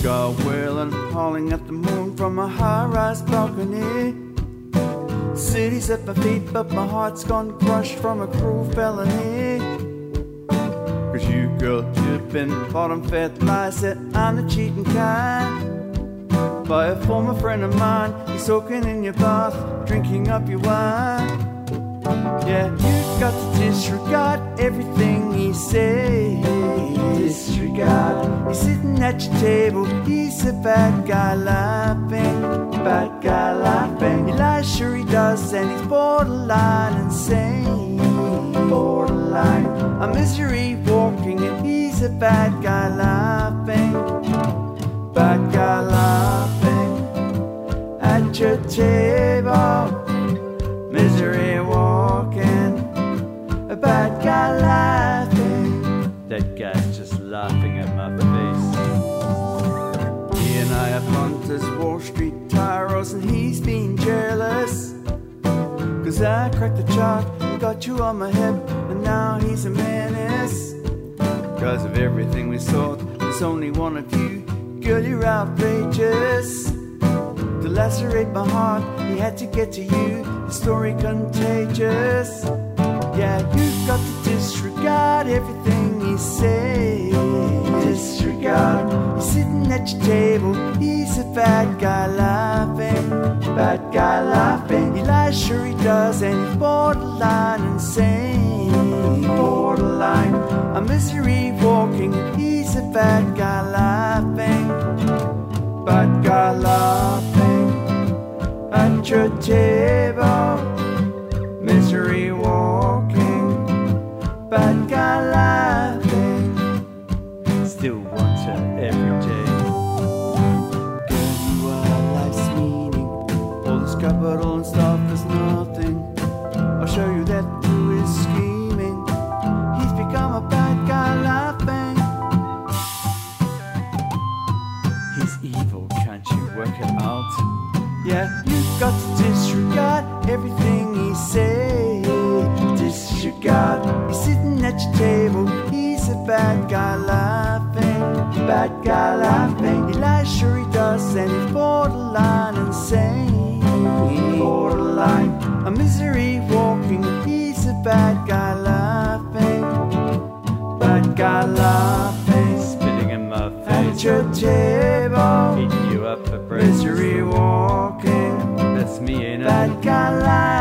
Got well and hauling at the moon from a high-rise balcony. City's at my feet, but my heart's gone crushed from a cruel felony. Cause you girl been bottom fed lies that I'm the cheating kind. By a former friend of mine, he's soaking in your bath, drinking up your wine. Yeah, you got to disregard everything he says. Disregard. He's sitting at your table. He's a bad guy laughing. Bad guy laughing. He lies, sure he does, and he's borderline insane. Borderline. A misery walking, and he's a bad guy laughing. Bad guy laughing at your table. Misery walking, a bad guy laughing. That guy's just laughing at my face. He and I have bumped as Wall Street tyros, and he's been jealous. Cause I cracked the chalk and got you on my hip, and now he's a menace. Cause of everything we sought, there's only one of you. Girl, you're outrageous. To lacerate my heart, he had to get to you. The story contagious. Yeah, you've got to disregard everything he says. Disregard. He's sitting at your table. He's a bad guy laughing. Bad guy laughing. He lies, sure he does, and he's borderline insane. Borderline. A misery walking. He's a bad guy laughing but got laughing at your table. Misery walking, but got laughing. Still wants her every day. Girl, you are life's meaning. All this capital and stuff is nothing. I'll show you that through his scheming. He's become a bad guy laughing. He's evil, can't you work it out? Yeah, you've got to disregard everything he says. Disregard. He's sitting at your table. He's a bad guy laughing. Bad guy laughing. He lies, sure he does, and he's borderline insane. Borderline. A misery walking. He's a bad guy laughing bad guy laughing, spitting in my face at your table, eating you up for breakfast, misery walking. That's me, ain't bad guy laughing.